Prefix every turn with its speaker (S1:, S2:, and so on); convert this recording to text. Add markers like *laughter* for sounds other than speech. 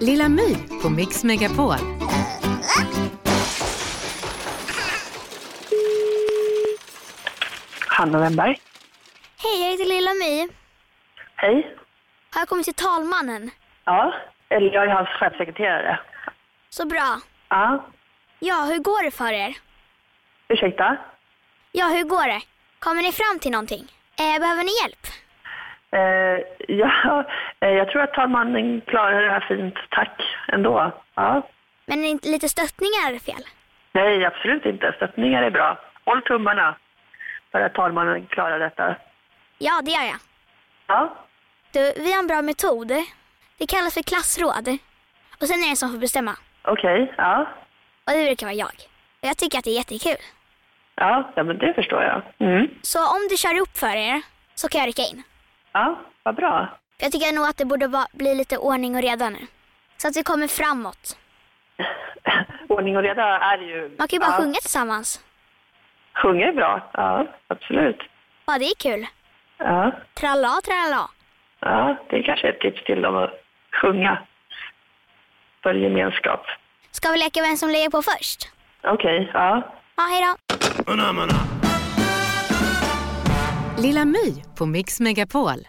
S1: Lilla My på Mix Megapol.
S2: Hanna Wennberg.
S3: Hej, jag heter Lilla My.
S2: Hej.
S3: Har jag kommit till talmannen?
S2: Ja, eller jag är hans chefsekreterare.
S3: Så bra.
S2: Ja,
S3: Ja, hur går det för er?
S2: ursäkta.
S3: Ja, hur går det? Kommer ni fram till någonting? Eh, behöver ni hjälp?
S2: Eh, ja, eh, jag tror att talmannen klarar det här fint. Tack ändå. Ja.
S3: Men är inte lite stöttningar är fel?
S2: Nej, absolut inte. Stöttningar är bra. Håll tummarna för att talmannen klarar detta.
S3: Ja, det gör jag.
S2: Ja,
S3: Du, vi har en bra metod. Det kallas för klassråd. Och sen är det en som får bestämma.
S2: okej. Ja.
S3: Och det brukar vara jag. Och jag tycker att det är jättekul.
S2: Ja, ja, men det förstår jag. Mm.
S3: Så om du kör upp för er så kan jag rycka in.
S2: Ja, vad bra. *laughs*
S3: Jag tycker nog att det borde va- bli lite ordning och reda nu. Så att vi kommer framåt.
S2: Ordning och reda är ju...
S3: Man kan ju bara
S2: ja,
S3: sjunga tillsammans.
S2: Sjunga är bra. Ja, absolut.
S3: Ja, det är kul.
S2: Ja,
S3: Tralla, tralla.
S2: ja, det är kanske ett tips till dem att sjunga för gemenskap.
S3: Ska vi leka vem som lägger på först?
S2: Okej, ja.
S3: Ja, hej då.
S1: Lilla My på Mix Megapol.